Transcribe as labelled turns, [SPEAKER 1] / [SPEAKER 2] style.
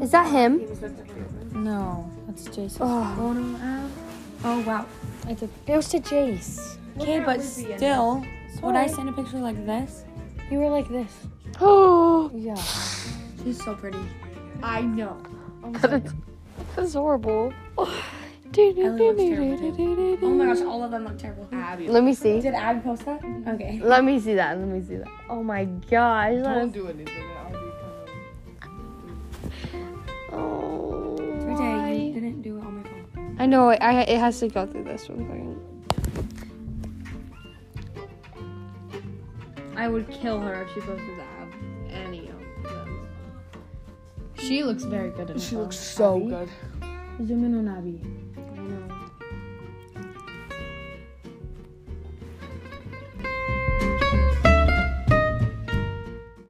[SPEAKER 1] Is that him?
[SPEAKER 2] No, that's Jason.
[SPEAKER 1] Oh,
[SPEAKER 2] Photo app. Oh wow, I did.
[SPEAKER 1] it was to Jace.
[SPEAKER 2] Okay, but still, would I send a picture like this?
[SPEAKER 1] You were like this. Oh,
[SPEAKER 2] Yeah.
[SPEAKER 3] She's so pretty. I know.
[SPEAKER 1] that's, that's horrible.
[SPEAKER 3] Oh my gosh, all of them look terrible.
[SPEAKER 2] Mm-hmm.
[SPEAKER 3] Abby.
[SPEAKER 1] Let me see.
[SPEAKER 3] Did Abby post that? Okay.
[SPEAKER 1] Let me see that. Let me see that. Oh my gosh. that
[SPEAKER 4] Don't
[SPEAKER 1] is-
[SPEAKER 4] do anything. I'll be
[SPEAKER 1] Oh.
[SPEAKER 3] Today you
[SPEAKER 1] why?
[SPEAKER 3] didn't do it on my phone.
[SPEAKER 1] I know. I, I it has to go through this one second.
[SPEAKER 3] I would kill her if she posted that. Any of them.
[SPEAKER 2] She looks very good in
[SPEAKER 4] She looks so good.
[SPEAKER 2] Zoom in on Abby.